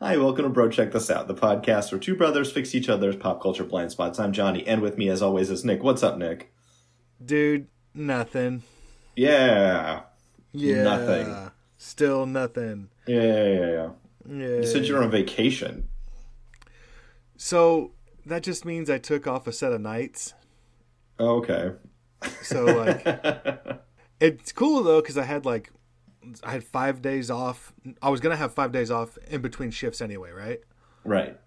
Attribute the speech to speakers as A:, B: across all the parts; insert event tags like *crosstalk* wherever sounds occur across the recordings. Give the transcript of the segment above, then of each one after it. A: Hi, welcome to Bro Check This Out, the podcast where two brothers fix each other's pop culture blind spots. I'm Johnny, and with me, as always, is Nick. What's up, Nick?
B: Dude, nothing.
A: Yeah.
B: Yeah.
A: Nothing.
B: Still nothing.
A: Yeah, yeah, yeah, yeah.
B: Yeah.
A: You said you were on vacation.
B: so that just means I took off a set of nights.
A: Oh, okay. *laughs*
B: So like it's cool though cuz I had like I had 5 days off. I was going to have 5 days off in between shifts anyway, right?
A: Right.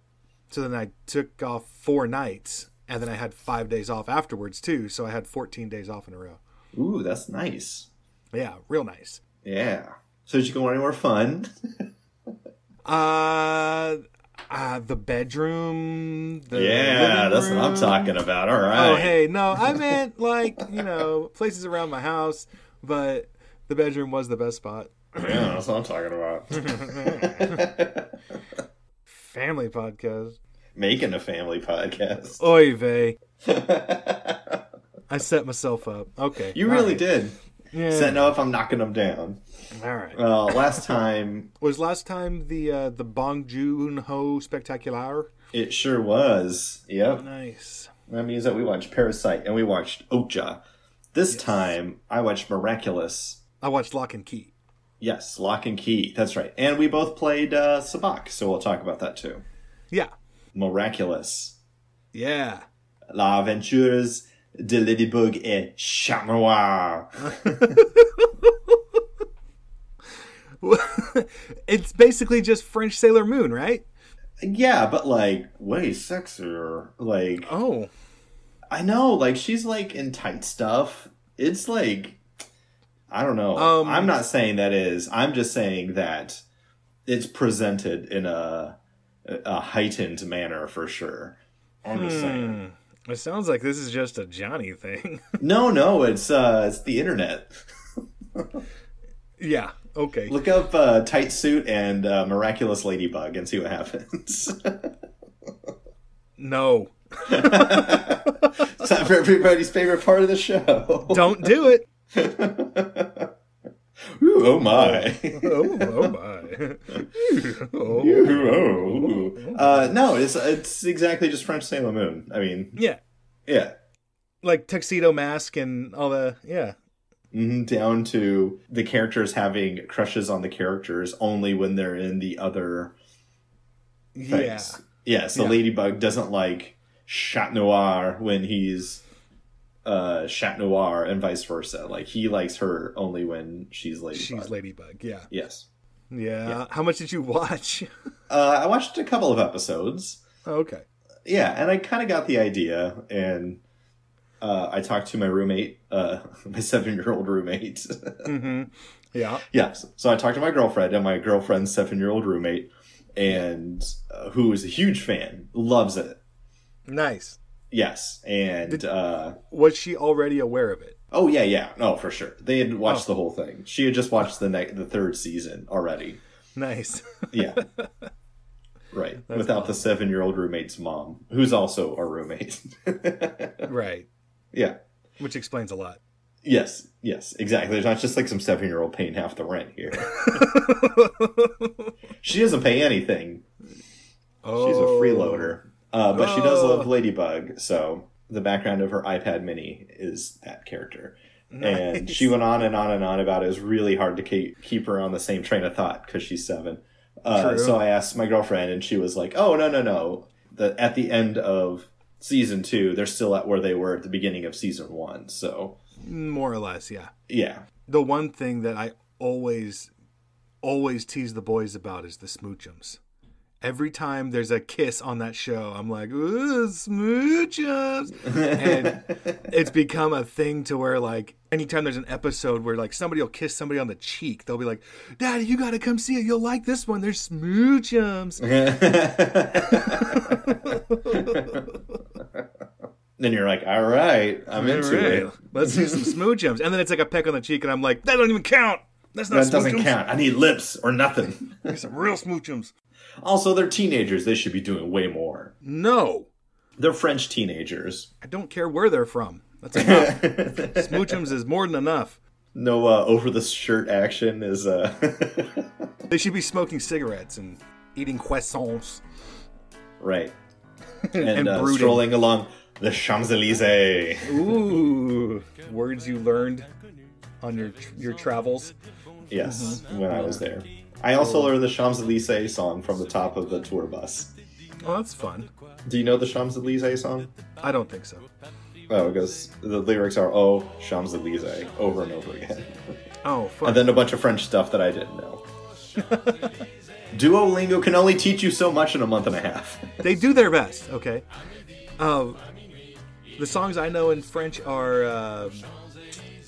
B: So then I took off 4 nights and then I had 5 days off afterwards too, so I had 14 days off in a row.
A: Ooh, that's nice.
B: Yeah, real nice.
A: Yeah. So did you go anywhere fun?
B: *laughs* Uh, uh the bedroom, the
A: yeah,
B: living
A: that's what I'm
B: room.
A: talking about. All right.
B: Oh, hey, no, I meant like you know places around my house, but the bedroom was the best spot.
A: Yeah, that's what I'm talking
B: *laughs*
A: about.
B: Family podcast.
A: Making a family podcast.
B: Oy vey.
A: *laughs*
B: I set myself up. Okay,
A: You
B: all
A: really
B: right.
A: did.
B: Yeah.
A: Setting up, I'm knocking them down.
B: all right.
A: Uh,
B: *laughs*
A: last time
B: Was last time the uh, the Bong Joon Ho spectacular?
A: It sure was. Yep.
B: Nice.
A: That means that we watched Parasite and we watched Okja. This time I watched Miraculous.
B: I watched Lock and Key.
A: Yes, Lock and Key. That's right. And we both played uh, Sabak, so we'll talk about that too.
B: Yeah.
A: Miraculous.
B: Yeah. *laughs*
A: La Aventures de Ladybug et Chat Noir.
B: it's basically just French Sailor Moon, right?
A: yeah, but like way sexier. Like,
B: Oh.
A: I know, like she's like in tight stuff. It's like I don't know.
B: Um,
A: I'm not saying that is. I'm just saying that it's presented in a a heightened manner for sure. I'm just saying.
B: It sounds like this is just a Johnny thing. *laughs*
A: No, no, it's uh it's the internet.
B: yeah. Okay.
A: Look up uh, tight suit and uh, miraculous ladybug and see what happens. *laughs*
B: No.
A: it's not for everybody's favorite part of the show. *laughs*
B: Don't do it.
A: Ooh, oh my.
B: *laughs* oh, oh my. *laughs* Oh.
A: Ooh. Uh, no, it's it's exactly just French Sailor Moon. I mean,
B: Yeah.
A: yeah,
B: Like tuxedo mask and all the yeah.
A: hmm down to the characters having crushes on the characters only when they're in the other things. Yeah, so
B: Yeah.
A: Ladybug doesn't like Chat Noir when he's uh Chat Noir and vice versa. Like he likes her only when she's Ladybug.
B: She's Ladybug. Yeah.
A: yes.
B: yeah. How much did you watch? *laughs*
A: Uh, I watched a couple of episodes.
B: okay.
A: yeah and i kind of got the idea and uh, i talked to my roommate uh, *laughs* my seven year old roommate *laughs*
B: Mhm. Yeah.
A: yeah so, so i talked to my girlfriend and my girlfriend's seven year old roommate and uh, who is a huge fan loves it
B: Nice.
A: yes and uh,
B: Was she already aware of it? *laughs*
A: oh yeah yeah no for sure they had watched the whole thing she had just watched the ne- the third season already
B: Nice. *laughs*
A: yeah right without the seven year old roommate's mom who's also our roommate *laughs*
B: right.
A: yeah
B: Which explains a lot.
A: Yes, yes, exactly. There's not just like some seven year old paying half the rent here. she doesn't pay anything.
B: Oh.
A: She's a freeloader. Uh, but she does
B: Oh.
A: love Ladybug, so the background of her iPad mini is that character. And she went on and on and on about it. It was really hard to keep, keep her on the same train of thought because she's seven. Uh,
B: True.
A: so I asked my girlfriend, and she was like, oh, no, no, no. The, at the end of season two, they're still at where they were at the beginning of season one. So,
B: More or less. Yeah. *laughs*
A: yeah. *laughs*
B: The one thing that I always, always tease the boys about is the smoochums. Every time there's a kiss on that show, I'm like, ooh, smoochums.
A: *laughs*
B: and it's become a thing to where, like, anytime there's an episode where, like, somebody will kiss somebody on the cheek, they'll be like, Daddy, you got to come see it. You'll like this one. There's
A: *laughs*
B: smoochums.
A: Then you're like, all right, I'm into it.
B: Let's do some smoochums. And then it's like a peck on the cheek, and I'm like, that don't even count. That's not
A: That doesn't
B: smoochums.
A: count. I need lips or nothing. *laughs*
B: It's real smoochums.
A: also, they're teenagers. They should be doing way more.
B: No.
A: They're French teenagers.
B: I don't care where they're from.
A: *laughs*
B: That's enough. Smoochums is more than enough.
A: No uh, *laughs* over the shirt action is. Uh...
B: They should be smoking cigarettes and eating croissants.
A: Right. *laughs* And,
B: And
A: uh,
B: brooding.
A: strolling along the Champs Elysees.
B: Ooh, words you learned on your your travels.
A: Yes, when I was there. I also learned the Champs Elysees song from the top of the tour bus.
B: Oh, that's fun.
A: Do you know the Champs Elysees song?
B: I don't think so.
A: Oh, it goes, the lyrics are, oh, Champs Elysees, over and over again.
B: Oh, fun.
A: And Uh, then a bunch of French stuff that I didn't know. *laughs* Duolingo can only teach you so much in a month and a
B: *laughs*
A: half.
B: they do their best. Okay. Um, the songs I know in French are um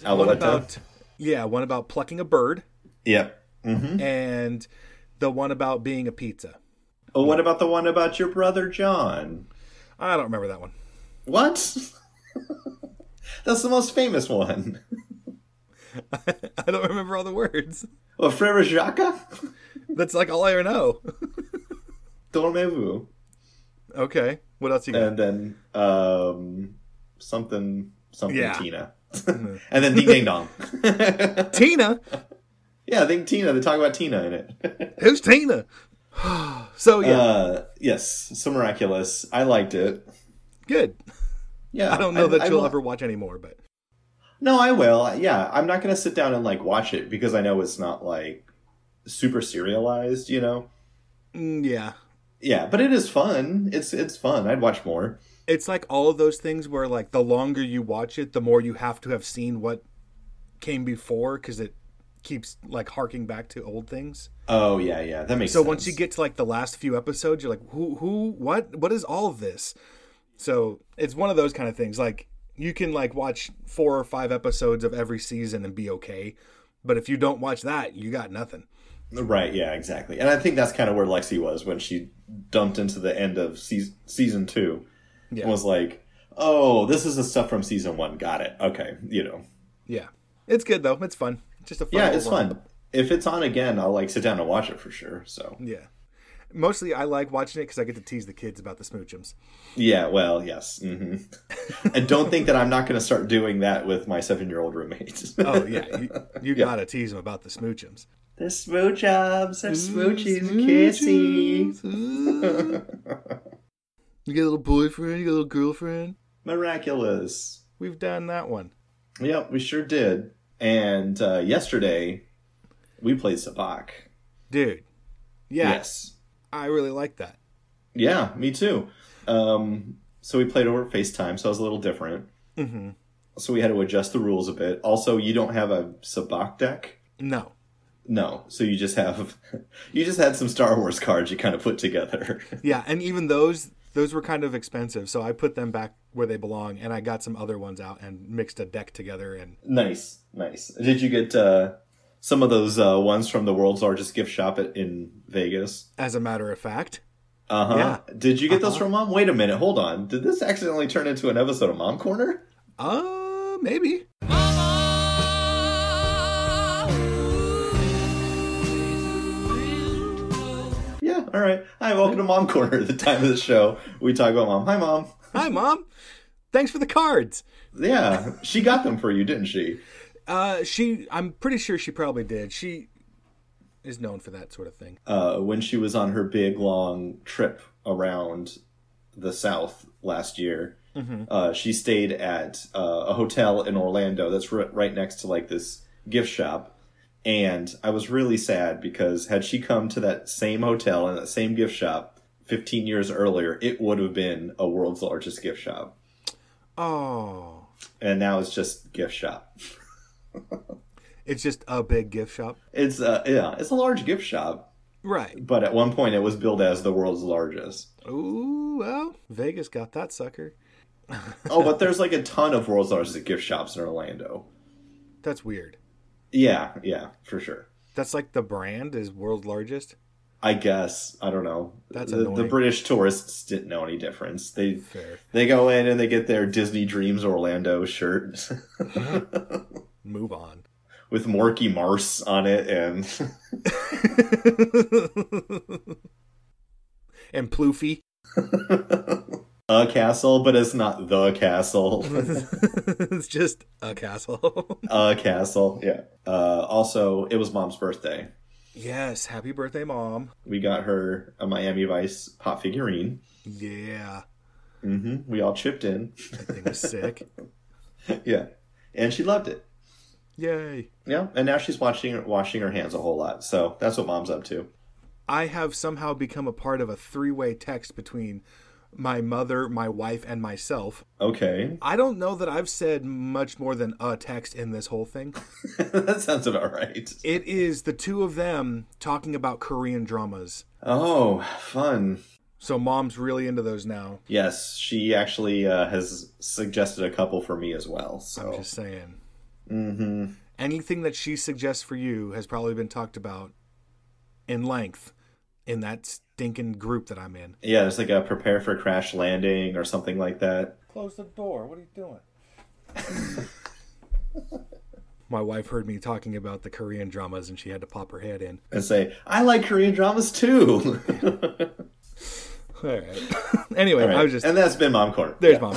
B: one
A: Alouette.
B: about yeah, one about plucking a bird,
A: Yep. Mm-hmm.
B: and the one about being a pizza.
A: Oh, what about the one about your brother John?
B: I don't remember that one. *laughs*
A: What? *laughs* That's the most famous one. *laughs*
B: I don't remember all the words.
A: Oh, Frere Jacques? *laughs*
B: That's like all I ever know. *laughs*
A: Dormez-vous?
B: okay. What else you got?
A: and then um something something
B: Yeah. Mm-hmm.
A: Tina. *laughs* and then Ding Ding Dong. uh,
B: Tina.
A: yeah, I think Tina, they talk about Tina in it.
B: Who's Tina? *sighs* so yeah,
A: Uh yes, so miraculous. I liked it.
B: good.
A: Yeah.
B: I don't know that you'll
A: will-
B: ever watch anymore, but
A: No, I will. Yeah, I'm not going to sit down and like watch it because I know it's not like super serialized, you know.
B: mm, yeah,
A: Yeah, but it is fun. It's it's fun. I'd watch more.
B: it's like all of those things where like the longer you watch it, the more you have to have seen what came before because it keeps like harking back to old things.
A: Oh, yeah, yeah. That makes
B: So
A: sense.
B: once you get to like the last few episodes, you're like, who, who, what, what is all of this? So it's one of those kind of things. Like you can like watch four or five episodes of every season and be okay, but if you don't watch that, you got nothing.
A: Right, yeah, exactly. And I think that's kind of where Lexi was when she dumped into the end of season, season two.
B: Yeah.
A: And was like, oh, this is the stuff from season one. Got it. Okay, you know.
B: Yeah, it's good though. It's fun. Just a fun
A: Yeah, it's
B: little romp.
A: fun. If it's on again, I'll like sit down and watch it for sure. So,
B: Yeah. Mostly I like watching it because I get to tease the kids about the smoochums.
A: yeah, well, yes. hmm
B: *laughs*
A: and don't think that I'm not going to start doing that with my seven year old roommates. *laughs*
B: Oh, yeah. You, you got to tease them about the smoochums.
A: They're smoochums,
B: Mm,
A: they're smoochies, kissy, *laughs*
B: you got a little boyfriend, you got a little girlfriend.
A: miraculous.
B: We've done that one.
A: Yep, we sure did. And uh, yesterday, we played Sabak.
B: Dude. Yeah,
A: Yes.
B: I really like that.
A: Yeah, me too. Um, so we played over FaceTime, so it was a little different.
B: Mm-hmm.
A: So we had to adjust the rules a bit. Also, you don't have a Sabak deck.
B: No.
A: No, so you just have *laughs* you just had some Star Wars cards you kind of put together. *laughs*
B: Yeah, and even those those were kind of expensive, so I put them back where they belong and I got some other ones out and mixed a deck together and
A: nice, nice. Did you get uh, some of those uh, ones from the world's largest gift shop at, in Vegas?
B: as a matter of fact,
A: Uh huh. Did you get those
B: Uh-huh.
A: from mom? Wait a minute. Hold on. Did this accidentally turn into an episode of Mom Corner?
B: uh maybe.
A: Yeah. All right. Hi. Welcome to Mom Corner. *laughs* The time of the show we talk about mom. Hi, mom. *laughs*
B: Hi mom. Thanks for the cards.
A: Yeah. She got them for you, didn't she?
B: Uh, she, I'm pretty sure she probably did. She is known for that sort of thing.
A: Uh, when she was on her big long trip around the South last year, uh, she stayed at uh, a hotel in Orlando that's r- right next to like this gift shop. And I was really sad because had she come to that same hotel and that same gift shop 15 years earlier, it would have been a world's largest gift shop.
B: Oh,
A: And now it's just gift shop.
B: it's just a big gift shop,
A: It's uh, yeah, it's a large gift shop,
B: right?
A: but at one point it was billed as the world's largest.
B: Ooh, well, Vegas got that sucker.
A: oh, but there's like a ton of world's largest gift shops in Orlando.
B: That's weird.
A: Yeah, yeah, for sure.
B: That's like the brand is world's largest.
A: I guess I don't know.
B: That's
A: the, the
B: annoying.
A: British tourists didn't know any difference. They
B: Fair.
A: they go in and they get their Disney Dreams Orlando shirt *laughs*
B: Move on.
A: with Morky Mars on it, and *laughs*
B: and Ploofy. *laughs*
A: a castle, but it's not the
B: *laughs*
A: castle.
B: it's just a castle. *laughs*
A: a castle. Yeah. Uh, also, it was Mom's birthday,
B: Yes, happy birthday, mom.
A: We got her a Miami Vice pop figurine.
B: Yeah,
A: hmm We all chipped in. *laughs*
B: that thing was sick.
A: yeah, and she loved it.
B: *laughs* Yay.
A: Yeah, and now she's washing washing her hands a whole lot. So that's what mom's up to.
B: I have somehow become a part of a three way text between my mother, my wife, and myself.
A: Okay, *laughs*
B: I don't know that I've said much more than a text in this whole thing.
A: that sounds about right.
B: It is the two of them talking about Korean dramas.
A: Oh, fun.
B: So mom's really into those now.
A: Yes, she actually uh, has suggested a couple for me as well. So
B: I'm just saying.
A: hmm
B: Mm-hmm. Anything that she suggests for you has probably been talked about in length in that stinking group that I'm in.
A: yeah, there's like a prepare for crash landing or something like that.
B: Close the door. What are you doing? *laughs* My wife heard me talking about the Korean dramas and she had to pop her head in.
A: and say, I like Korean dramas too. *laughs*
B: All right. *laughs* anyway, I was just
A: and that's been Mom Corner.
B: there's mom.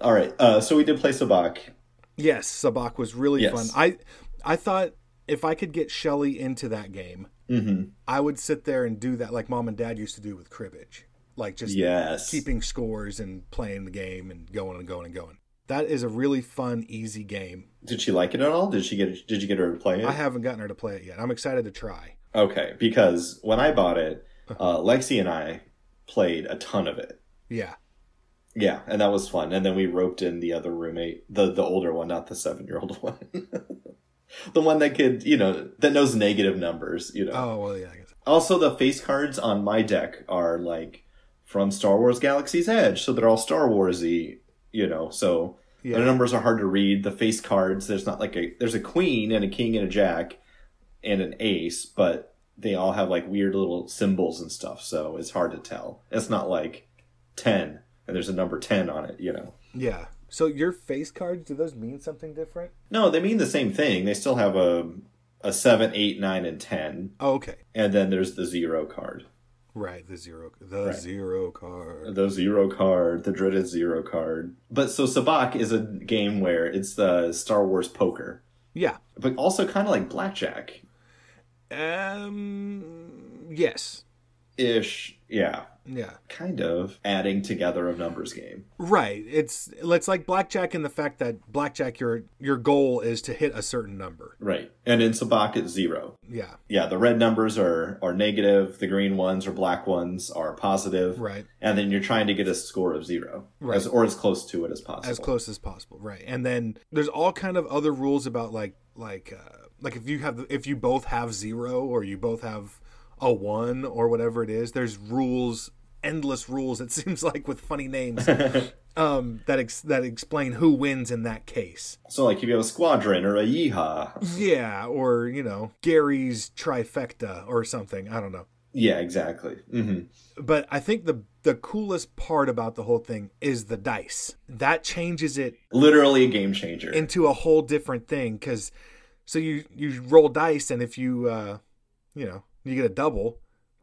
A: All right. Uh, so we did play Sabak.
B: Yes, Sabak was really
A: Yes.
B: fun. I I thought if I could get Shelly into that game, I would sit there and do that like mom and dad used to do with cribbage. Like just
A: Yes.
B: keeping scores and playing the game and going and going and going. That is a really fun, easy game.
A: Did she like it at all? Did she get? Did you get her to play it?
B: I haven't gotten her to play it yet. I'm excited to try.
A: okay. Because when I bought it, uh, Lexi and I played a ton of it.
B: Yeah.
A: Yeah, and that was fun. And then we roped in the other roommate, the the older one, not the seven year old *laughs* one. the one that could, you know, that knows negative numbers, you know.
B: Oh well, yeah. I guess.
A: Also, the face cards on my deck are like from Star Wars Galaxy's Edge, so they're all Star Warsy, you know. So
B: Yeah.
A: the numbers are hard to read. The face cards, there's not like a there's a queen and a king and a jack and an ace, but they all have like weird little symbols and stuff, so it's hard to tell. It's not like ten and there's a number ten on it, you know.
B: Yeah. So your face cards do those mean something different?
A: No, they mean the same thing. They still have a a seven, eight, nine, and ten,
B: Oh, okay.
A: and then there's the zero card.
B: Right. Uh, The zero. The zero card.
A: the zero card, the dreaded zero card. But so Sabak is a game where it's the Star Wars poker,
B: Yeah.
A: but also kind of like blackjack
B: Um. Yes.
A: ish. Yeah,
B: Yeah.
A: kind of adding together a numbers game.
B: Right. It's it's like blackjack in the fact that blackjack your your goal is to hit a certain number.
A: Right. And in Sabak, it's zero.
B: Yeah.
A: Yeah, the red numbers are are negative. The green ones or black ones are positive.
B: Right.
A: And then you're trying to get a score of zero,
B: Right.
A: as, or as close to it as possible.
B: As close as possible. Right. And then there's all kind of other rules about like like uh, like if you have if you both have zero or you both have a one or whatever it is. There's rules, endless rules. It *laughs* seems like with funny names. Um, that ex- that explain who wins in that case.
A: So, like, if you have a squadron or a yeehaw,
B: Yeah, or you know Gary's trifecta or something. I don't know.
A: yeah, exactly. hmm
B: but I think the the coolest part about the whole thing is the dice. That changes it
A: Literally a game changer.
B: into a whole different thing because so you you roll dice and if you uh, you know you get a double,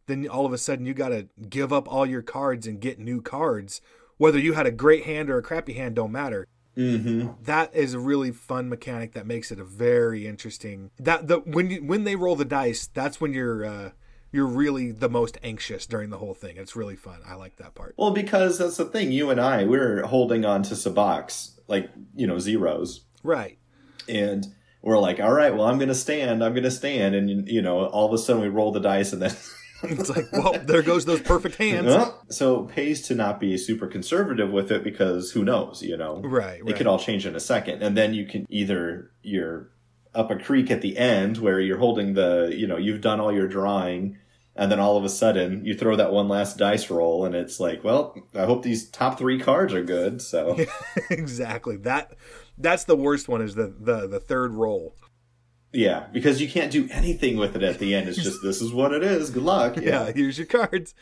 B: then all of a sudden you got to give up all your cards and get new cards. Whether you had a great hand or a crappy hand don't matter.
A: hmm
B: That is a really fun mechanic that makes it a very interesting. That the when you when they roll the dice, that's when you're uh, you're really the most anxious during the whole thing. It's really fun. I like that part.
A: Well, because that's the thing. You and I, we're holding on to Sabaks, like, you know, zeros.
B: Right. *laughs*
A: And we're like, all right, well, I'm going to stand. I'm going to stand. And, you know, all of a sudden we roll the dice and then. *laughs*
B: It's like, well, there goes those perfect hands.
A: Huh? so it pays to not be super conservative with it because who knows, you know?
B: Right,
A: It
B: right.
A: could all change in a second. And then you can either you're up a creek at the end where you're holding the, you know, you've done all your drawing. And then all of a sudden, you throw that one last dice roll, and it's like, well, I hope these top three cards are good.
B: *laughs*
A: So,
B: exactly. That that's the worst one is the the the third roll.
A: Yeah, because you can't do anything with it at the end. It's just this is what it is. Good luck.
B: Yeah, *laughs* here's your cards.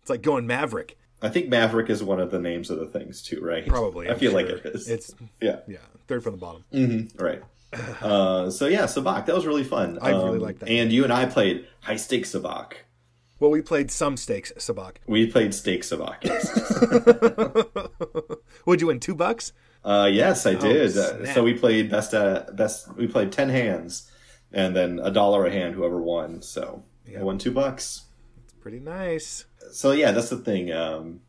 B: It's like going Maverick,
A: I think Maverick is one of the names of the things too, right?
B: probably.
A: I
B: I'm
A: feel like
B: sure.
A: it is.
B: It's
A: yeah.
B: yeah, third from the bottom.
A: hmm
B: *sighs*
A: Right. Uh, so yeah, Sabak. That was really fun.
B: I really like that.
A: And you and I played high stakes Sabak.
B: Well, we played some stakes, Sabak.
A: We played Steak
B: *laughs*
A: Sabacus.
B: Would you win two bucks?
A: uh, yes, I did. Uh,
B: Oh, snap.
A: so we played best uh, best. We played ten hands, and then a dollar a hand, whoever won. So I won two bucks.
B: It's pretty nice.
A: So yeah, that's the thing. Um,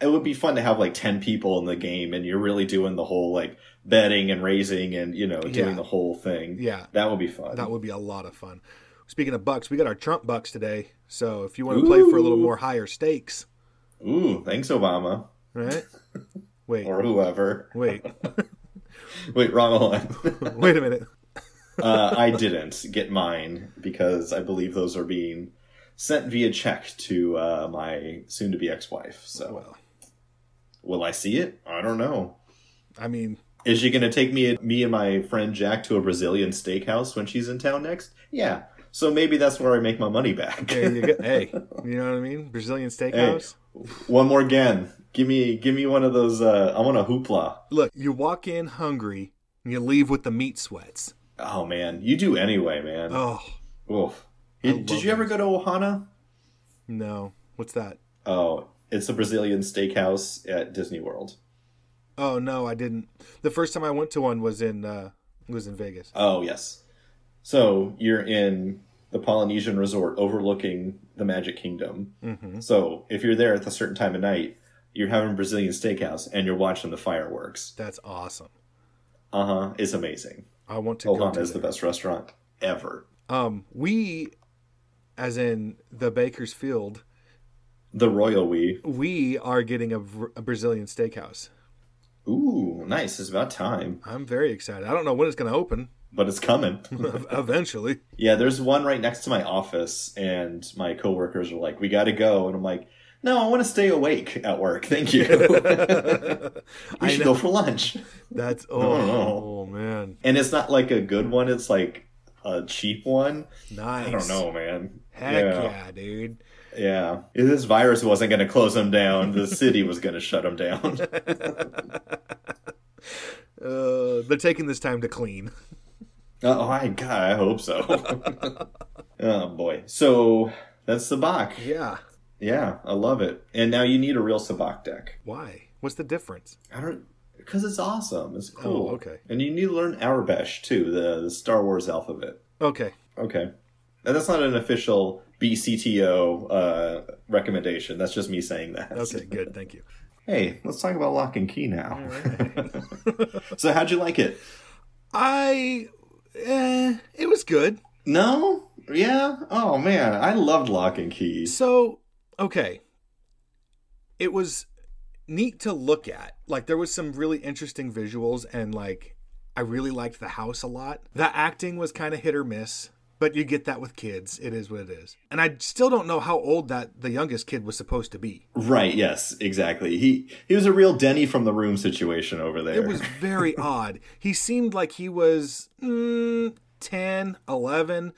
A: it would be fun to have like ten people in the game, and you're really doing the whole like betting and raising, and you know, doing
B: Yeah.
A: the whole thing.
B: Yeah.
A: that would be fun.
B: That would be a lot of fun. Speaking of bucks, we got our Trump bucks today. So if you want to play for a little
A: Ooh.
B: more higher stakes,
A: Ooh, thanks Obama *laughs*
B: right? Wait,
A: or whoever.
B: wait, *laughs*
A: Wait, wrong one. *laughs*
B: wait a minute.
A: uh, I didn't get mine because I believe those are being sent via check to uh, my soon-to-be ex-wife. So,
B: Oh, Well,
A: will I see it? I don't know.
B: I mean,
A: Is she going to take me, me and my friend Jack to a Brazilian steakhouse when she's in town next? Yeah. So maybe that's where I make my money back.
B: there you go. hey, you know what I mean? Brazilian steakhouse.
A: *laughs* one more again. Give me, give me one of those. Uh, I want a hoopla.
B: Look, you walk in hungry and you leave with the meat sweats.
A: Oh man, you do anyway, man.
B: Oh,
A: Oof.
B: I
A: Did
B: love
A: you ever go to Ohana?
B: no. What's that?
A: Oh, it's a Brazilian steakhouse at Disney World.
B: Oh, no, I didn't. The first time I went to one was in uh was in Vegas.
A: Oh, yes. So you're in the Polynesian resort overlooking the Magic Kingdom.
B: Mhm.
A: So if you're there at a certain time of night, you're having Brazilian steakhouse and you're watching the fireworks.
B: That's awesome.
A: Uh huh. It's amazing.
B: I want to go
A: Ohana
B: to
A: is the
B: there.
A: best restaurant ever.
B: Um, we, as in the Bakersfield,
A: The Royal We.
B: we are getting a, Br- a Brazilian steakhouse.
A: Ooh, nice. It's about time,
B: I'm very excited. I don't know when it's going to open. *laughs*
A: but it's *laughs* coming.
B: ev- Eventually,
A: *laughs* Yeah, there's one right next to my office, and my coworkers are like, "We got to go," and I'm like, "No, I want to stay awake at work. Thank
B: *laughs*
A: you. *laughs* we should go for lunch."
B: that's oh,
A: no.
B: oh, man,
A: And it's not like a good one; it's like a cheap one.
B: nice.
A: I don't know, man.
B: Heck yeah,
A: yeah,
B: dude.
A: yeah. If this virus wasn't going to close them down,
B: *laughs*
A: the city was going to shut them down.
B: Uh, they're taking this time to clean. *laughs*
A: oh my god, I hope so. oh boy. So that's Sabak.
B: Yeah.
A: Yeah, I love it. And now you need a real Sabak deck.
B: Why? What's the difference?
A: I don't because it's awesome. It's cool.
B: Oh, okay.
A: And you need to learn Arabesh too, the the Star Wars alphabet.
B: Okay.
A: Okay, and that's not an official BCTO uh, recommendation. That's just me saying that. *laughs*
B: Okay. Good. Thank you.
A: Hey, let's talk about lock and key now. *laughs* so, how'd you like it?
B: I. Eh, it was good.
A: No. Yeah. Oh man, I loved lock and key.
B: So, okay. It was neat to look at. Like there was some really interesting visuals and like I really liked the house a lot. The acting was kind of hit or miss, but you get that with kids. It is what it is. And I still don't know how old that the youngest kid was supposed to be.
A: Right. Yes. Exactly. He he was a real Denny from the room situation over there. *laughs*
B: It was very odd. He seemed like he was mm, 10, 11,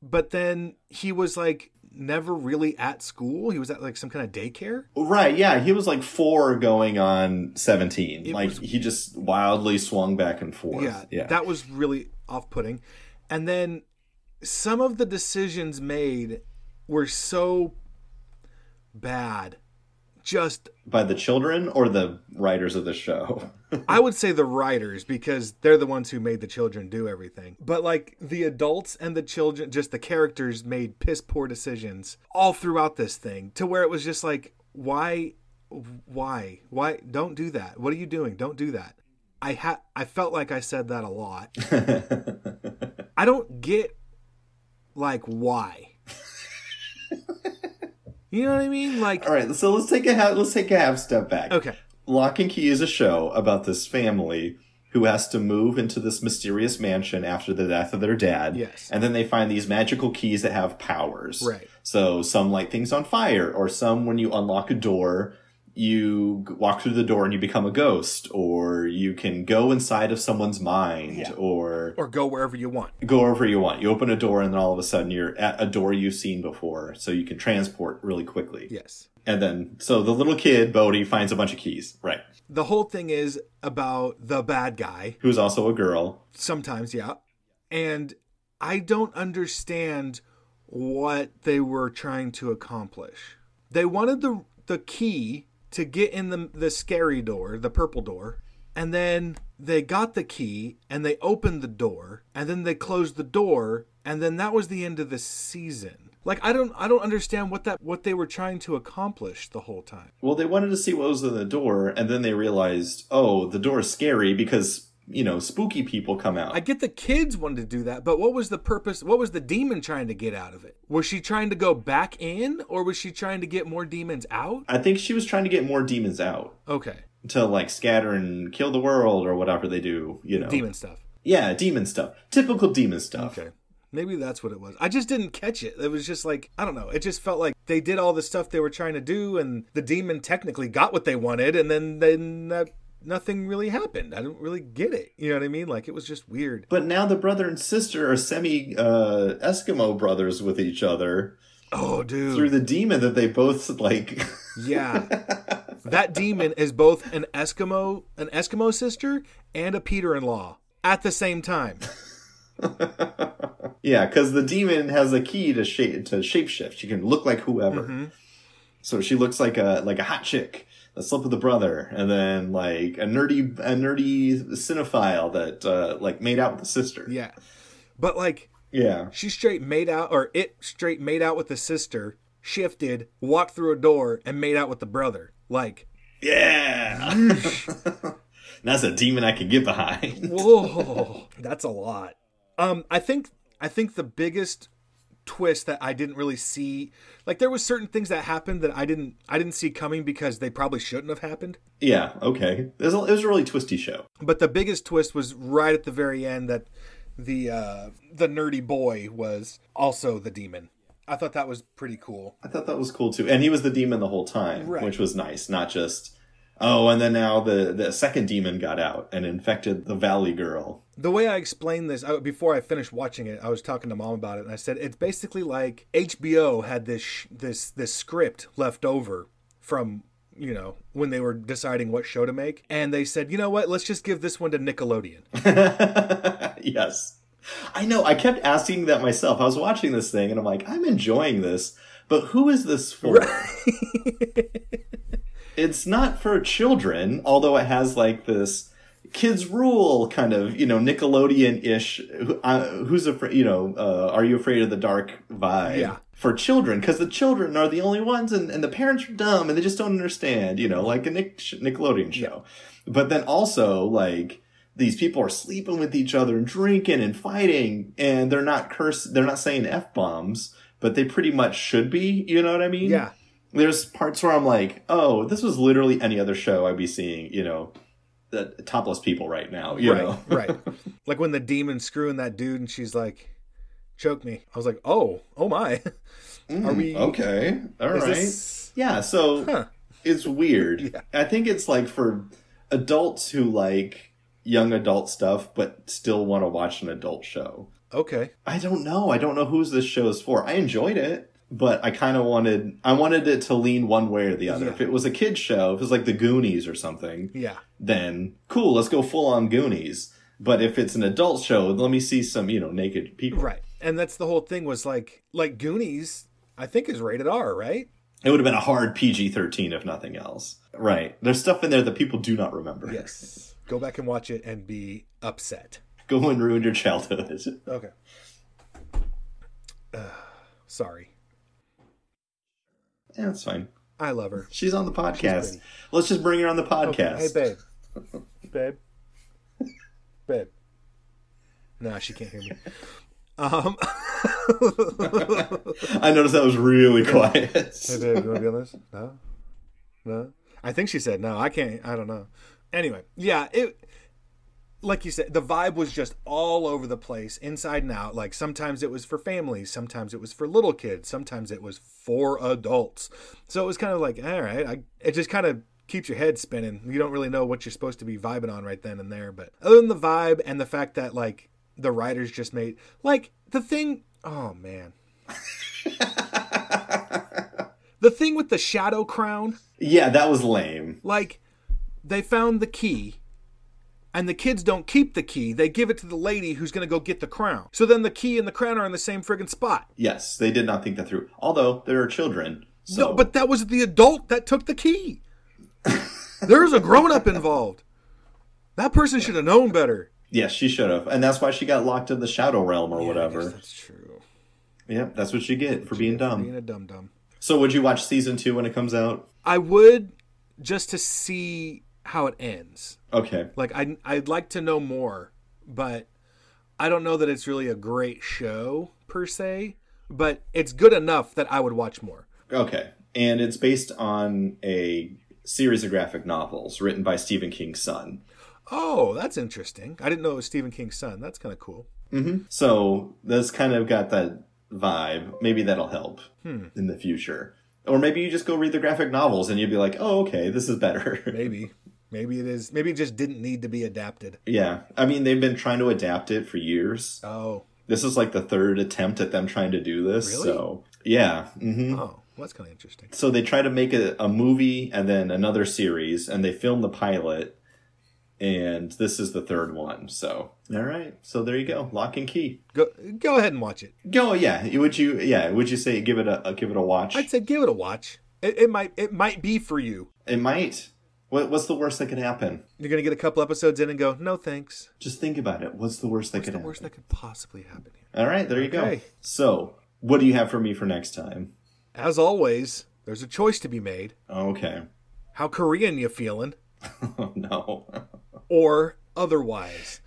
B: but then he was like never really at school. He was at like some kind of daycare.
A: Right, yeah, he was like four going on 17. like,
B: was-
A: he just wildly swung back and forth.
B: Yeah,
A: Yeah.
B: that was really off-putting. And then some of the decisions made were so bad. Just
A: By the children or the writers of the show?
B: I would say the writers because they're the ones who made the children do everything. But like the adults and the children, just the characters made piss poor decisions all throughout this thing to where it was just like why why why don't do that. What are you doing? Don't do that. I ha- I felt like I said that a lot.
A: *laughs*
B: I don't get like why.
A: *laughs*
B: you know what I mean? Like
A: All right, so let's take a half, let's take a half step back.
B: okay.
A: Lock and Key is a show about this family who has to move into this mysterious mansion after the death of their dad.
B: Yes.
A: And then they find these magical keys that have powers.
B: Right.
A: So some light things on fire, or some when you unlock a door, you g- walk through the door and you become a ghost, or you can go inside of someone's mind, or
B: Or go wherever you want.
A: go wherever you want. You open a door and then all of a sudden you're at a door you've seen before, so you can transport really quickly.
B: Yes.
A: And then, so the little kid, Bodhi, finds a bunch of keys. Right.
B: The whole thing is about the bad guy.
A: Who's also a girl.
B: Sometimes, yeah. And I don't understand what they were trying to accomplish. They wanted the the key to get in the the scary door, the purple door, and then they got the key and they opened the door and then they closed the door and then that was the end of the season. Like I don't I don't understand what that what they were trying to accomplish the whole time.
A: Well, they wanted to see what was in the door, and then they realized, oh, the door is scary because you know spooky people come out.
B: I get the kids wanted to do that, but what was the purpose? What was the demon trying to get out of it? Was she trying to go back in or was she trying to get more demons out?
A: I think she was trying to get more demons out
B: Okay.
A: to like scatter and kill the world or whatever they do. You know,
B: Demon stuff.
A: yeah, demon stuff, typical demon stuff.
B: Okay. Maybe that's what it was. I just didn't catch it. It was just like, I don't know. It just felt like they did all the stuff they were trying to do and the demon technically got what they wanted and then then that nothing really happened. I didn't really get it. You know what I mean? Like it was just weird.
A: But now the brother and sister are semi uh, Eskimo brothers with each other
B: Oh,
A: through
B: dude.
A: the demon that they both like. *laughs*
B: Yeah. that demon is both an Eskimo, an Eskimo sister and a Peter-in-law at the same time.
A: yeah, because the demon has a key to shape to shapeshift. She can look like whoever.
B: Mm-hmm.
A: So she looks like a like a hot chick that slept with a brother, and then like a nerdy a nerdy cinephile that uh, like made out with the sister.
B: Yeah. But like
A: yeah.
B: She straight made out, or it straight made out with the sister, shifted, walked through a door, and made out with the brother. Like,
A: Yeah. *laughs* That's a demon I can get behind. *laughs*
B: whoa, *laughs* that's a lot. Um, I think I think the biggest twist that I didn't really see, like there was certain things that happened that I didn't I didn't see coming because they probably shouldn't have happened.
A: Yeah, okay. It was, a, it was a really twisty show.
B: But the biggest twist was right at the very end that the uh, the nerdy boy was also the demon. I thought that was pretty cool.
A: I thought that was cool too. And he was the demon the whole time,
B: Right.
A: which was nice. Not just, oh, and then now the, the second demon got out and infected the Valley Girl.
B: The way I explained this I, before I finished watching it, I was talking to mom about it, and I said it's basically like HBO had this sh- this this script left over from you know when they were deciding what show to make, and they said, you know what, let's just give this one to Nickelodeon.
A: *laughs* yes. I know. I kept asking that myself. I was watching this thing and I'm like, I'm enjoying this, but who is this for? it's not for children, although it has like this kids rule kind of, you know, Nickelodeon ish. Who's afraid, you know, uh, are you afraid of the dark vibe?
B: Yeah.
A: For children, because the children are the only ones, and, and the parents are dumb, and they just don't understand, you know, like a Nick, Nickelodeon show. But then also, like, these people are sleeping with each other and drinking and fighting and they're not curse they're not saying f bombs but they pretty much should be you know what i mean
B: Yeah.
A: there's parts where i'm like oh this was literally any other show i'd be seeing you know the topless people right now you
B: right,
A: know
B: right. Like when the demon's screwing that dude, and she's like, "Choke me." I was like, "Oh, oh my." *laughs* Are we?
A: Mm. okay all right
B: is this-
A: yeah so
B: Huh.
A: it's
B: *laughs*
A: weird i think it's like for adults who like young adult stuff but still want to watch an adult show
B: Okay.
A: I don't know. I don't know who's this show is for. I enjoyed it, but I kind of wanted I wanted it to lean one way or the other.
B: Yeah.
A: If it was a kid show, if it was like The Goonies or something,
B: Yeah.
A: then cool, let's go full on Goonies. But if it's an adult show, let me see some, you know, naked people.
B: Right. And that's the whole thing was like like Goonies. I think is rated R, right?
A: It would have been a hard PG-13 if nothing else. Right. There's stuff in there that people do not remember.
B: Yes. Go back and watch it and be upset.
A: *laughs* Go and ruin your childhood. *laughs*
B: Okay. Ugh, sorry.
A: Yeah, that's fine.
B: I love her.
A: She's on the podcast. Let's just bring her on the podcast.
B: Hey, babe. *laughs* babe. Babe. Nah, she can't hear me. Um,
A: I noticed that was really quiet.
B: hey, babe, you want to be on this? *laughs* No. No. I think she said no. I can't. I don't know. Anyway, yeah, it. Like you said, the vibe was just all over the place, inside and out. Like sometimes it was for families, sometimes it was for little kids, sometimes it was for adults. So it was kind of like, all right, I, it just kind of keeps your head spinning. You don't really know what you're supposed to be vibing on right then and there. But other than the vibe and the fact that like the writers just made like the thing, oh man, the thing with the shadow crown.
A: Yeah, that was lame.
B: Like, they found the key, and the kids don't keep the key. They give it to the lady who's going to go get the crown. So then the key and the crown are in the same friggin' spot.
A: Yes, they did not think that through. Although there are children. So
B: No, but that was the adult that took the key. There's a grown up involved. That person should have known better.
A: yes, she should have, and that's why she got locked in the shadow realm or whatever.
B: That's true.
A: Yep, that's what she get for being dumb.
B: Being a dum dum.
A: So would you watch season two when it comes out?
B: I would just to see how it ends.
A: Okay,
B: Like I I'd like to know more, but I don't know that it's really a great show per se, but it's good enough that I would watch more.
A: okay, and it's based on a series of graphic novels written by Stephen King's son.
B: Oh, that's interesting. I didn't know it was Stephen King's son. That's kind of cool.
A: So that's kind of got that vibe. Maybe that'll help in the future. Or maybe you just go read the graphic novels and you'll be like, oh, okay, this is better. *laughs*
B: Maybe. Maybe it is. Maybe it just didn't need to be adapted.
A: yeah. I mean, they've been trying to adapt it for years.
B: Oh.
A: This is like the third attempt at them trying to do this.
B: Really?
A: So, yeah. hmm
B: Oh, well, that's kind of interesting.
A: So they try to make a, a movie and then another series, and they film the pilot, and this is the third one. So, all right. So there you go. Lock and key.
B: Go go ahead and watch it.
A: Go, yeah. Would you, yeah? Would you say give it a, give it a watch?
B: I'd say give it a watch. It, it might it might be for you.
A: It might. What, what's the worst that could happen?
B: You're gonna get a couple episodes in and go, no thanks.
A: Just think about it. What's the worst that could
B: The
A: happen?
B: worst that could possibly happen here.
A: All right, there you
B: Okay.
A: go. So, what do you have for me for next time?
B: As always, there's a choice to be made.
A: Okay. *laughs*
B: How Korean you feeling,
A: Oh no. *laughs*
B: or otherwise.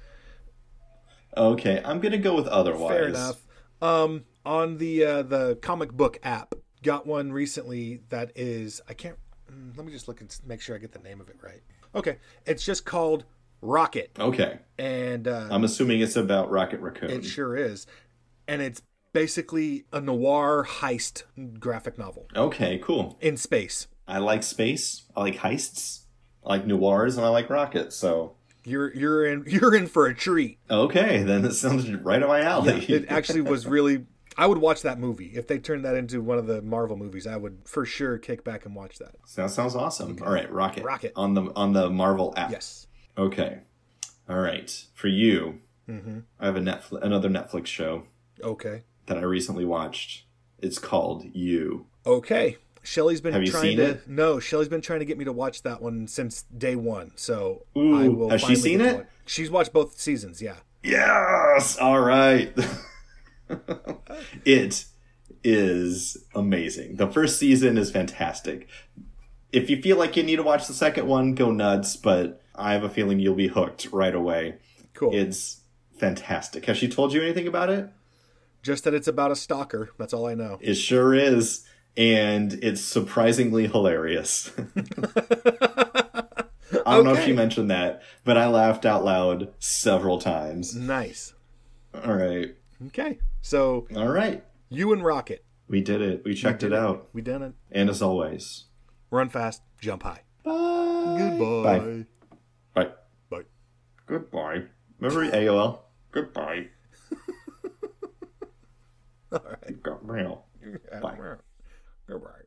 A: Okay, I'm gonna go with otherwise.
B: Fair enough. Um, on the uh, the comic book app, got one recently that is I can't. mm, Let me just look and s- make sure I get the name of it right. Okay, it's just called Rocket,
A: Okay,
B: and uh,
A: I'm assuming it's about Rocket Raccoon.
B: it sure is, and it's basically a noir heist graphic novel
A: okay, cool.
B: in space.
A: I like space. I like heists. I like noirs, and I like rockets. So,
B: You're you're in *laughs* you're in for a treat.
A: okay, *laughs* then it sounds right up my alley.
B: it
A: *laughs*
B: actually was really i would watch that movie if they turned that into one of the marvel movies i would for sure kick back and watch that
A: So that sounds awesome. All right, rocket.
B: Rocket.
A: on the on the Marvel app.
B: yes
A: Okay. All right. For you,
B: Mm-hmm.
A: I have a Netflix, another Netflix show
B: okay
A: that I recently watched. It's called You.
B: okay shelly's been
A: Have you
B: trying
A: seen
B: to
A: it?
B: no shelly's been trying to get me to watch that one since day one so i
A: Ooh,
B: will
A: has she
B: finally
A: seen
B: get to
A: it?
B: watch- she's watched both seasons yeah
A: Yes. All right. *laughs* it is amazing. The first season is fantastic. If you feel like you need to watch the second one, go nuts. But I have a feeling you'll be hooked right away.
B: cool
A: It's fantastic. Has she told you anything about it?
B: just that it's about a stalker that's all i know
A: It sure is. And it's surprisingly hilarious. *laughs* I don't know if
B: Okay.
A: she mentioned that, but I laughed out loud several times.
B: nice
A: All right.
B: okay so
A: All right.
B: you and rocket
A: We did it. We checked it out.
B: we done it
A: And as always,
B: run fast jump high
A: bye. Goodbye. Bye. Bye.
B: bye
A: Goodbye. Remember AOL? *laughs* Goodbye.
B: all right
A: Got mail. Bye.
B: goodbye